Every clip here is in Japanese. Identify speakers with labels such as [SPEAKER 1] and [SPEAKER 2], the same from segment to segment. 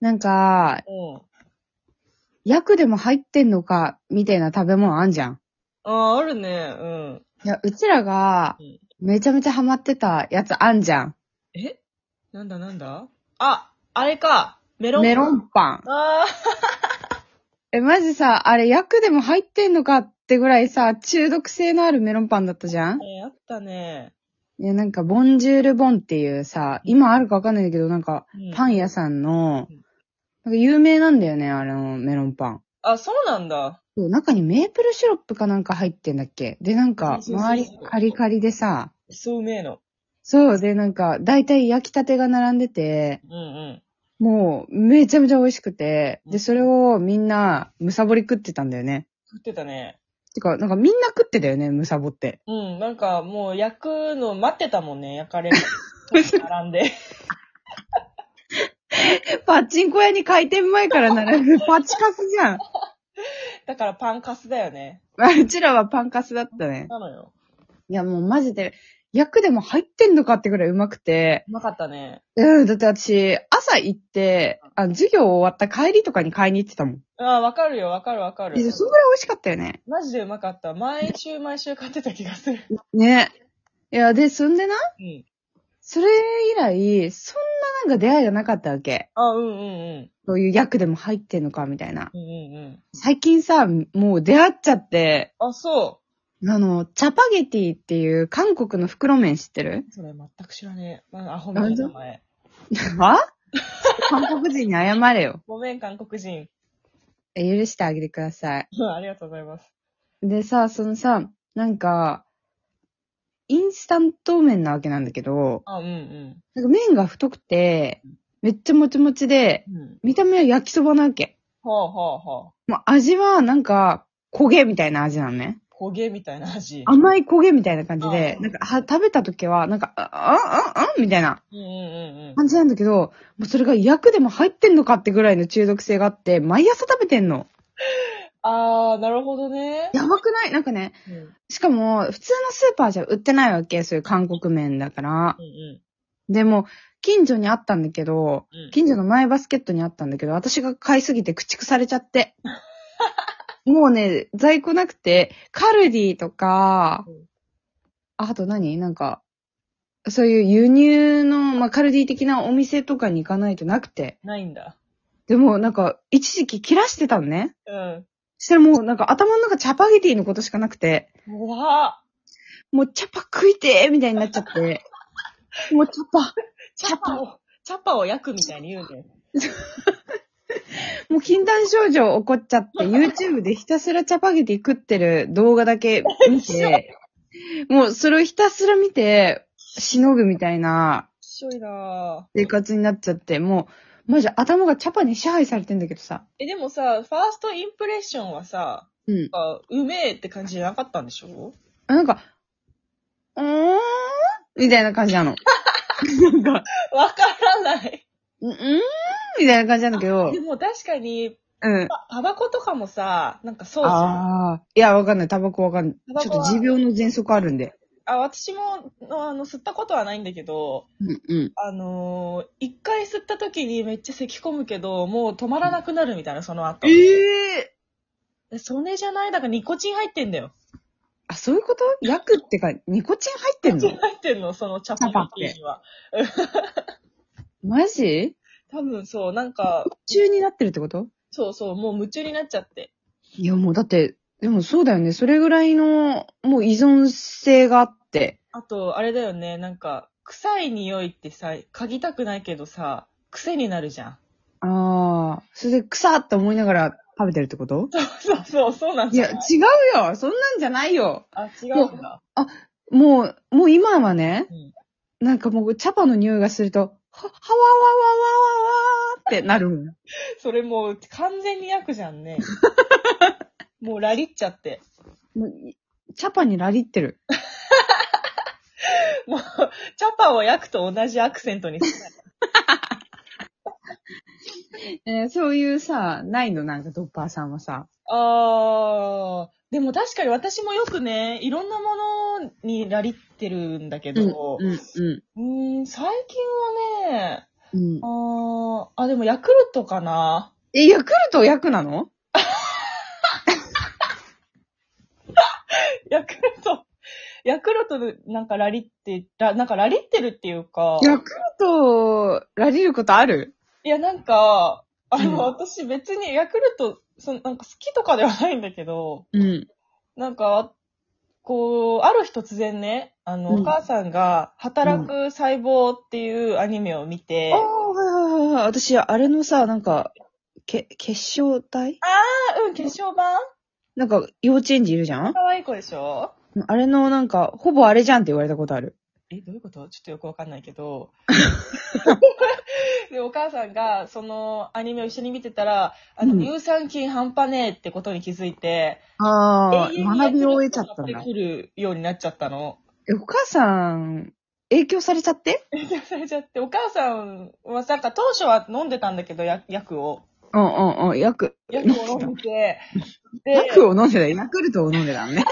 [SPEAKER 1] なんか、
[SPEAKER 2] うん。
[SPEAKER 1] 薬でも入ってんのか、みたいな食べ物あんじゃん。
[SPEAKER 2] ああ、あるね。うん。
[SPEAKER 1] いや、うちらが
[SPEAKER 2] うん、
[SPEAKER 1] めちゃめちゃハマってたやつあんじゃん。
[SPEAKER 2] えなんだなんだあ、あれか。メロン。
[SPEAKER 1] メロンパン。
[SPEAKER 2] あ
[SPEAKER 1] え、マジさ、あれ薬でも入ってんのかってぐらいさ、中毒性のあるメロンパンだったじゃん
[SPEAKER 2] あ、えあったね。
[SPEAKER 1] いや、なんか、ボンジュールボンっていうさ、今あるかわかんないんだけど、なんか、
[SPEAKER 2] うん
[SPEAKER 1] パン屋さんの
[SPEAKER 2] うん、
[SPEAKER 1] なんか有名なんだよね、あの、メロンパン。
[SPEAKER 2] あ、そうなんだ。
[SPEAKER 1] そう中にメープルシロップかなんか入ってんだっけで、なんか、
[SPEAKER 2] そうそうそう
[SPEAKER 1] 周りカリカリでさ、
[SPEAKER 2] そううめえの。
[SPEAKER 1] そう、で、なんか、だいたい焼きたてが並んでて、
[SPEAKER 2] うんうん。
[SPEAKER 1] もう、めちゃめちゃ美味しくて、
[SPEAKER 2] う
[SPEAKER 1] で、
[SPEAKER 2] ん
[SPEAKER 1] それをみんな、むさぼり食ってたんだよね。
[SPEAKER 2] 食ってたね。
[SPEAKER 1] てか、なんかみんな食ってたよね、むさぼって。
[SPEAKER 2] うん、なんかもう焼くの待ってたもんね。焼 かれる。並んで。
[SPEAKER 1] パチンコ屋に開店前から並ぶ パチカスじゃん。
[SPEAKER 2] だからパンカスだよね。
[SPEAKER 1] うちらはパンカスだったね。
[SPEAKER 2] なのよ。
[SPEAKER 1] いや、もうマジで、薬でも入ってんのかってぐらいうまくて。
[SPEAKER 2] うまかったね。
[SPEAKER 1] うん、だって私、朝行って、あ授業終わった帰りとかに買いに行ってたもん。
[SPEAKER 2] あーわかるよ、わかるわかる
[SPEAKER 1] い。やそんぐらい美味しかったよね。
[SPEAKER 2] マジでうまかった。毎週毎週買ってた気がする。
[SPEAKER 1] ね。いや、で、そんでな、
[SPEAKER 2] うん。
[SPEAKER 1] それ以来、そんななんか出会いがなかったわけ。
[SPEAKER 2] あ、うんうんうん。
[SPEAKER 1] そういう薬でも入ってんのか、みたいな。
[SPEAKER 2] うんうんうん。
[SPEAKER 1] 最近さ、もう出会っちゃって、
[SPEAKER 2] あ、そ
[SPEAKER 1] あの、チャパゲティっていう韓国の袋麺知ってる
[SPEAKER 2] う。それ全く知らねえ。まあ、アホみたいな名前。
[SPEAKER 1] は韓国人に謝れよ。
[SPEAKER 2] ごめん、韓国人。
[SPEAKER 1] え許してあげてください。
[SPEAKER 2] うんありがとうございます。
[SPEAKER 1] でさ、そのさ、なんか、インスタント麺なわけなんだけど、
[SPEAKER 2] あ、うんうん。
[SPEAKER 1] なんか麺が太くて、めっちゃもちもちで、
[SPEAKER 2] うん。
[SPEAKER 1] 見た目は焼きそばなわけ。
[SPEAKER 2] はあはあはあ。
[SPEAKER 1] もう味はなんか、焦げみたいな味なのね。
[SPEAKER 2] 焦げみたいな味。
[SPEAKER 1] 甘い焦げみたいな感じで、
[SPEAKER 2] あ
[SPEAKER 1] なんかは食べた時は、なんか、あ、あ、あ、あ、みたいな
[SPEAKER 2] うんうんうんうん。
[SPEAKER 1] 感じなんだけど、もうそれが薬でも入ってんのかってぐらいの中毒性があって、毎朝食べてんの。
[SPEAKER 2] あー、なるほどね。
[SPEAKER 1] やばくないなんかね、
[SPEAKER 2] うんうん
[SPEAKER 1] しかも、普通のスーパーじゃ売ってないわけ、そういう韓国麺だから。
[SPEAKER 2] う
[SPEAKER 1] でも、近所にあったんだけど、
[SPEAKER 2] んうん。
[SPEAKER 1] 近所の前バスケットにあったんだけど、私が買いすぎて駆逐されちゃって。もうね、在庫なくて、カルディとか
[SPEAKER 2] うん、
[SPEAKER 1] あと何なんか、そういう輸入の、まあ、カルディ的なお店とかに行かないとなくて。
[SPEAKER 2] ないんだ。
[SPEAKER 1] でも、なんか、一時期切らしてたのね。
[SPEAKER 2] うん。
[SPEAKER 1] したらもう、なんか頭の中チャパゲティのことしかなくて、
[SPEAKER 2] うわ
[SPEAKER 1] もうチャパ食いてーみたいになっちゃって。もうチャパ、
[SPEAKER 2] ーチャパを、チャパを焼くみたいに言うね。
[SPEAKER 1] もう禁断症状起こっちゃって、YouTube でひたすらチャパゲティ食ってる動画だけ見て、もうそれをひたすら見て、しのぐみたいな
[SPEAKER 2] きしょいな
[SPEAKER 1] 生活になっちゃって、もう、マジ頭がチャパに支配されてんだけどさ。
[SPEAKER 2] ーえ、でもさ、ファーストインプレッションはさ、
[SPEAKER 1] うん。
[SPEAKER 2] あうめえって感じじゃなかったんでしょ
[SPEAKER 1] あなんか、うーんみたいな感じなの。 なんか、
[SPEAKER 2] わからない。
[SPEAKER 1] ううーんみたいな感じなんだけど
[SPEAKER 2] で、も確かに、
[SPEAKER 1] うん。
[SPEAKER 2] タタバコとかもさ、なんかそうじゃん
[SPEAKER 1] ああ、いや、わかんない。タバコわかん
[SPEAKER 2] タ
[SPEAKER 1] な
[SPEAKER 2] バ
[SPEAKER 1] い。ち
[SPEAKER 2] コ
[SPEAKER 1] ょっ
[SPEAKER 2] は
[SPEAKER 1] と持病の喘息あるんで。
[SPEAKER 2] あ、私も、あの、吸ったことはないんだけど、
[SPEAKER 1] うん、うん。
[SPEAKER 2] あのー一回吸った時にめっちゃ咳込むけど、もう止まらなくなるみたいな、その後。
[SPEAKER 1] ええ
[SPEAKER 2] でそれじゃない、だからニコチン入ってんだよ。
[SPEAKER 1] あ、そういうこと薬ってか、ニコチン入ってんの
[SPEAKER 2] 入ってんの、そのチャパパティには。
[SPEAKER 1] マジ
[SPEAKER 2] 多分そう、なんか、
[SPEAKER 1] 中になってるってこと
[SPEAKER 2] そうそう、もう夢中になっちゃって。
[SPEAKER 1] いや、もうだって、でもそうだよね。それぐらいの、もう依存性があって。
[SPEAKER 2] あと、あれだよね、なんか、臭い匂いってさ、嗅ぎたくないけどさ、癖になるじゃん。
[SPEAKER 1] ああ、それで臭って思いながら食べてるってこと
[SPEAKER 2] そうそう、そうなん
[SPEAKER 1] い
[SPEAKER 2] じゃ
[SPEAKER 1] や、違
[SPEAKER 2] ないう
[SPEAKER 1] よそんなんじゃないよ
[SPEAKER 2] あ、違うんだ。
[SPEAKER 1] もう、もう今はね、
[SPEAKER 2] うん
[SPEAKER 1] なんかもう、チャパの匂いがすると、は、はわわわわわわーってなるもん。
[SPEAKER 2] それもう完全に焼くじゃん ね。もうラリっちゃって。
[SPEAKER 1] もうチャパにラリってる。
[SPEAKER 2] もう、チャパを焼くと同じアクセントにする。
[SPEAKER 1] えーそういうさ、ないのなんかドッパーさんはさ。
[SPEAKER 2] あー。でも確かに私もよくね、いろんなものにラリってるんだけど、
[SPEAKER 1] うん、うん。
[SPEAKER 2] うーん、最近はね、
[SPEAKER 1] うん。
[SPEAKER 2] あー、あ、でもヤクルトかな。
[SPEAKER 1] え、ヤクルト役なの
[SPEAKER 2] ヤクルト、ヤクルトでなんかラリって、ラなんかラリってるっていうか、
[SPEAKER 1] ヤクルト、られることある
[SPEAKER 2] いやなんか、あの、
[SPEAKER 1] うん
[SPEAKER 2] 私別にヤクルト、そのなんか好きとかではないんだけど、
[SPEAKER 1] うん。
[SPEAKER 2] なんか、こう、ある日突然ね、あの、
[SPEAKER 1] うん
[SPEAKER 2] お母さんが、働く細胞っていうアニメを見て、
[SPEAKER 1] ああ、はいはいはいはい。私、あれのさ、なんか、け、結晶体
[SPEAKER 2] あ、うん、化粧版
[SPEAKER 1] なんか、幼稚園児いるじゃん
[SPEAKER 2] 可愛い子でしょ
[SPEAKER 1] あれの、なんか、ほぼあれじゃんって言われたことある。
[SPEAKER 2] え、どういうことちょっとよくわかんない けど。で、お母さんが、その、アニメを一緒に見てたら、あの、
[SPEAKER 1] うん
[SPEAKER 2] 乳酸菌半端ねえってことに気づいて、
[SPEAKER 1] ああ、
[SPEAKER 2] 永遠に
[SPEAKER 1] 学びを終えちゃったん
[SPEAKER 2] や
[SPEAKER 1] だ
[SPEAKER 2] って。くるようになっちゃったの。
[SPEAKER 1] え、お母さん、影響されちゃって
[SPEAKER 2] 影響されちゃって、お母さんは、なんか当初は飲んでたんだけど、や薬を。
[SPEAKER 1] うんうんうん、薬。
[SPEAKER 2] 薬を飲んで、で、
[SPEAKER 1] 薬を飲んでた。ヤクルトを飲んでたの ね。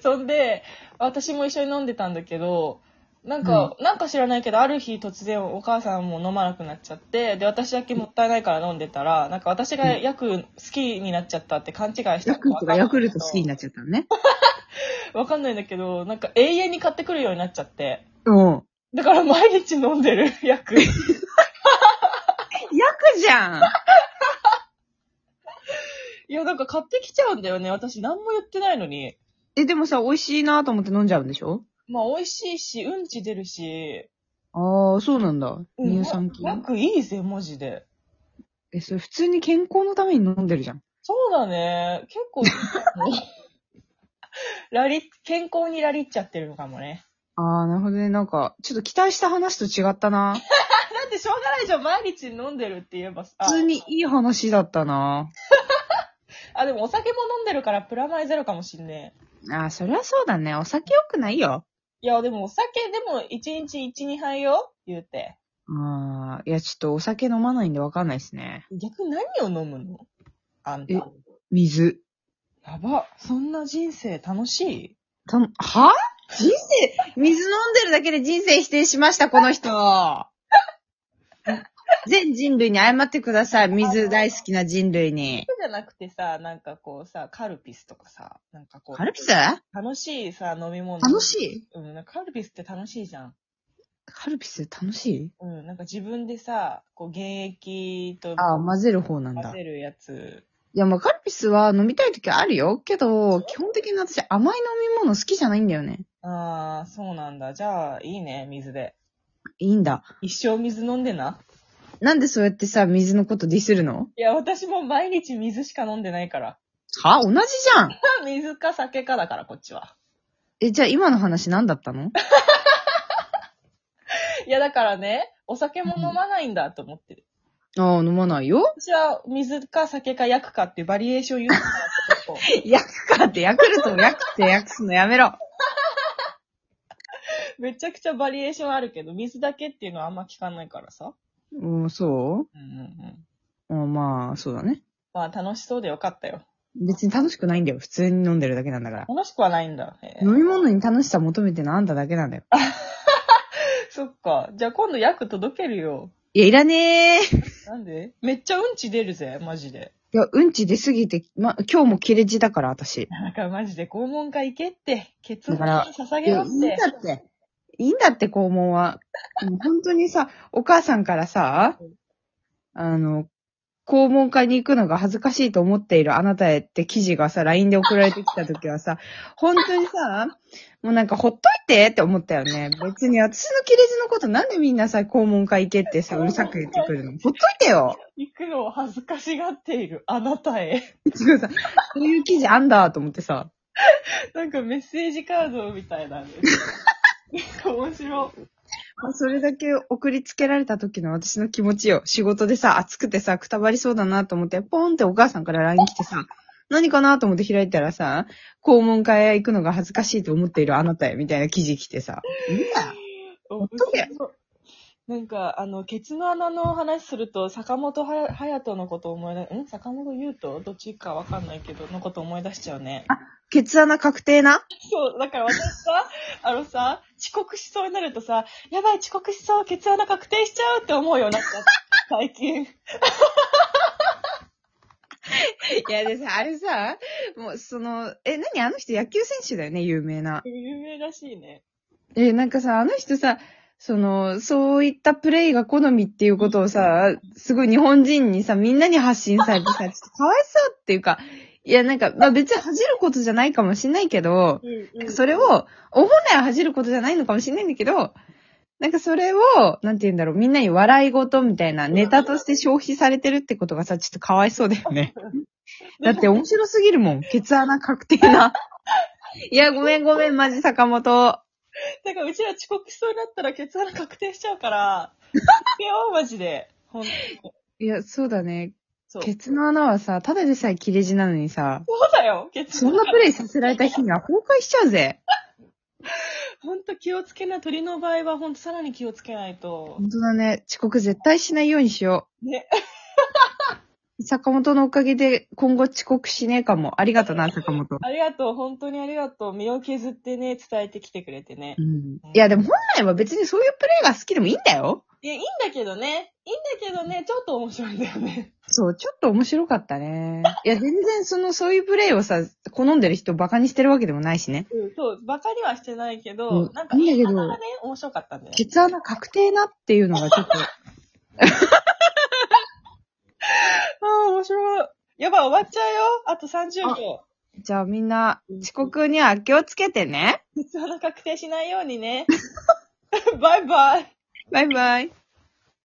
[SPEAKER 2] そんで、私も一緒に飲んでたんだけど、なんか、なんか知らないけど、ある日突然お母さんも飲まなくなっちゃって、で、私だけもったいないから飲んでたら、なんか私が薬好きになっちゃったって勘違いした
[SPEAKER 1] ヤクルトがヤクルト好きに
[SPEAKER 2] な
[SPEAKER 1] なっちゃったのね。
[SPEAKER 2] わかんないんだけど、なんか永遠に買ってくるようになっちゃって。
[SPEAKER 1] うん。
[SPEAKER 2] だから毎日飲んでる、薬。
[SPEAKER 1] 薬じゃん
[SPEAKER 2] いや、なんか買ってきちゃうんだよね。私何も言ってないのに。
[SPEAKER 1] え、でもさ、美味しいなと思って飲んじゃうんでしょ
[SPEAKER 2] まあ、美味しいし、うんち出るし。
[SPEAKER 1] ああ、そうなんだ。乳酸
[SPEAKER 2] うん
[SPEAKER 1] 菌。
[SPEAKER 2] 薬いいぜ、マジで。
[SPEAKER 1] え、それ普通に健康のために飲んでるじゃん。
[SPEAKER 2] そうだね。結構、 ラリ、健康にラリっちゃってるのかもね。
[SPEAKER 1] ああ、なるほどね。なんか、ちょっと期待した話と違ったな。
[SPEAKER 2] だってしょうがないじゃん。毎日飲んでるって言えばさ。
[SPEAKER 1] 普通にいい話だったな。
[SPEAKER 2] あ、でもお酒も飲んでるからプラマイゼロかもしんねえ。
[SPEAKER 1] ああ、そりゃそうだね。お酒良くないよ。
[SPEAKER 2] いや、でもお酒でも1日1、2杯よ言うて。
[SPEAKER 1] ああ、いや、ちょっとお酒飲まないんでわかんないですね。
[SPEAKER 2] 逆に何を飲むのあんた。
[SPEAKER 1] え
[SPEAKER 2] や
[SPEAKER 1] 水。
[SPEAKER 2] ば。そんな人生楽しい
[SPEAKER 1] たは人生、水飲んでるだけで人生否定しました、この人。 全人類に謝ってください。水大好きな人類に。
[SPEAKER 2] じゃなくてさ、なんかこうさ、カルピスとかさ、なんかこう。
[SPEAKER 1] カルピス
[SPEAKER 2] 楽しいさ、飲み物。
[SPEAKER 1] 楽
[SPEAKER 2] い
[SPEAKER 1] しい
[SPEAKER 2] うん、なんかカルピスって楽しいじゃん。
[SPEAKER 1] カルピス楽しい
[SPEAKER 2] うん、なんか自分でさ、こう、原液と
[SPEAKER 1] ああ、混ぜる方なん
[SPEAKER 2] 混
[SPEAKER 1] だ。
[SPEAKER 2] ぜるやつ。
[SPEAKER 1] いや、まあ、カルピスは飲みたい時あるよ。けど、基本的に私甘い飲み物好きじゃないんだよね。
[SPEAKER 2] ああ、そうなんだ。じゃあ、いいね、水で。
[SPEAKER 1] いいんだ。
[SPEAKER 2] 一生水飲んでな。
[SPEAKER 1] なんでそうやってさ、水のことディスるの
[SPEAKER 2] いや、私も毎日水しか飲んでないから。
[SPEAKER 1] は同じじゃん。
[SPEAKER 2] 水か酒かだから、こっちは。
[SPEAKER 1] え、じゃあ今の話何だったの
[SPEAKER 2] いや、だからね、お酒も飲まないんだと思ってる。
[SPEAKER 1] ああ、飲まない よ。
[SPEAKER 2] 私は水か酒か薬かっていうバリエーション言うからってこと
[SPEAKER 1] 焼くかって、ヤクルトを焼くって焼くすのやめろ。
[SPEAKER 2] めちゃくちゃバリエーションあるけど、水だけっていうのはあんま聞かないからさ。
[SPEAKER 1] うん、そ
[SPEAKER 2] うんうんうん。
[SPEAKER 1] ううんまあ、そうだね。
[SPEAKER 2] まあ、楽しそうでよかったよ。
[SPEAKER 1] 別に楽しくないんだよ。普通に飲んでるだけなんだから。
[SPEAKER 2] 楽しくはないんだ。へー
[SPEAKER 1] 飲み物に楽しさ求めてるのあんただけなんだよ。
[SPEAKER 2] そっか。じゃあ今度薬届けるよ。
[SPEAKER 1] いや、いらねー。い
[SPEAKER 2] なんでめっちゃうんち出るぜ、マジで。
[SPEAKER 1] や、うんち出すぎて、ま、今日も切れ字だから、私。
[SPEAKER 2] だからマジで肛門科行けって、ケツに
[SPEAKER 1] だから
[SPEAKER 2] 捧
[SPEAKER 1] い
[SPEAKER 2] げ
[SPEAKER 1] や、
[SPEAKER 2] ろ
[SPEAKER 1] い
[SPEAKER 2] っ
[SPEAKER 1] いんだ
[SPEAKER 2] て。
[SPEAKER 1] って。いいんだって、肛門は。もう本当にさ、お母さんからさ
[SPEAKER 2] うん、
[SPEAKER 1] あの、肛門科に行くのが恥ずかしいと思っているあなたへって記事がさ、LINE で送られてきた時はさ、本当にさ、もうなんかほっといてって思ったよね。別に私の切れ字のことなんでみんなさ、肛門科行けってさ、うるさく言ってくるの。ほっといてよ
[SPEAKER 2] 行くのを恥ずかしがっているあなたへ。
[SPEAKER 1] 違うさ、そういう記事あんだと思ってさ。
[SPEAKER 2] なんかメッセージカードみたいなんで。面白い。
[SPEAKER 1] まあ、それだけ送りつけられた時の私の気持ちよ。仕事でさ、暑くてさ、くたばりそうだなと思って、ポーンってお母さんから LINE 来てさ、何かなと思って開いたらさ、肛門科へ行くのが恥ずかしいと思っているあなたへ、みたいな記事来てさ。いいや
[SPEAKER 2] 面
[SPEAKER 1] ほっとけ
[SPEAKER 2] 白いなんか、あの、ケツの穴の話すると、坂本はや隼人のこと思い出、ん坂本優斗どっちかわかんないけど、のこと思い出しちゃうね。
[SPEAKER 1] ケツ穴確定な
[SPEAKER 2] そう、だから私さ、 あのさ、遅刻しそうになるとさ、やばい遅刻しそう、ケツ穴確定しちゃうって思う ようになった。最近。
[SPEAKER 1] いやでさ、あれさ、もうその、え、何あの人野球選手だよね、有名な。
[SPEAKER 2] 有名らしいね。
[SPEAKER 1] え、なんかさ、あの人さ、その、そういったプレイが好みっていうことをさ、すごい日本人にさ、みんなに発信されてさ、ちょっとかわいそうっていうか、いやなんか、まあ別に恥じることじゃないかもしんないけど、
[SPEAKER 2] うん
[SPEAKER 1] それを、お本来は恥じることじゃないのかもしんないんだけど、なんかそれを、なんて言うんだろう、みんなに笑い事みたいなネタとして消費されてるってことがさ、ちょっとかわいそうだよね。だって面白すぎるもん。ケツ穴確定な。いや、ごめんごめん、マジ坂本。
[SPEAKER 2] だからうちら遅刻しそうになったらケツ穴確定しちゃ うから、いやマジで。ほんと
[SPEAKER 1] い
[SPEAKER 2] に
[SPEAKER 1] や、そうだね。
[SPEAKER 2] そう。
[SPEAKER 1] ケツの穴はさ、ただでさえ切れ字なのにさ、
[SPEAKER 2] そうだよ、ケツ
[SPEAKER 1] そんなプレイさせられた日には崩壊しちゃうぜ。
[SPEAKER 2] ほんと気をつけない。鳥の場合はほんとさらに気をつけないと
[SPEAKER 1] ほ。んとだね。遅刻絶対しないようにしよう。
[SPEAKER 2] ね。
[SPEAKER 1] 坂本のおかげで今後遅刻しねえかも。ありがとな、坂本。
[SPEAKER 2] ありがとう、本当にありがとう。身を削ってね、伝えてきてくれてね
[SPEAKER 1] う。ん。いや、でも本来は別にそういうプレイが好きでもいいんだよ。
[SPEAKER 2] いや、いいんだけどね。いいんだけどね、ちょっと面白いんだよね。
[SPEAKER 1] そう、ちょっと面白かったね。いや、全然その、そういうプレイをさ、好んでる人をバカにしてるわけでもないしね。
[SPEAKER 2] うん、そう、バカにはしてないけど、
[SPEAKER 1] うん
[SPEAKER 2] なんか、
[SPEAKER 1] いいんだけど
[SPEAKER 2] なかなかね、面白かったんだよね。
[SPEAKER 1] ケツ穴確定なっていうのがちょっと、
[SPEAKER 2] ああ、面白い。やばい、終わっちゃうよ。あと30秒。
[SPEAKER 1] じゃあみんな、遅刻には気をつけてね。
[SPEAKER 2] 普通の確定しないようにね。バイバイ。
[SPEAKER 1] バイバイ。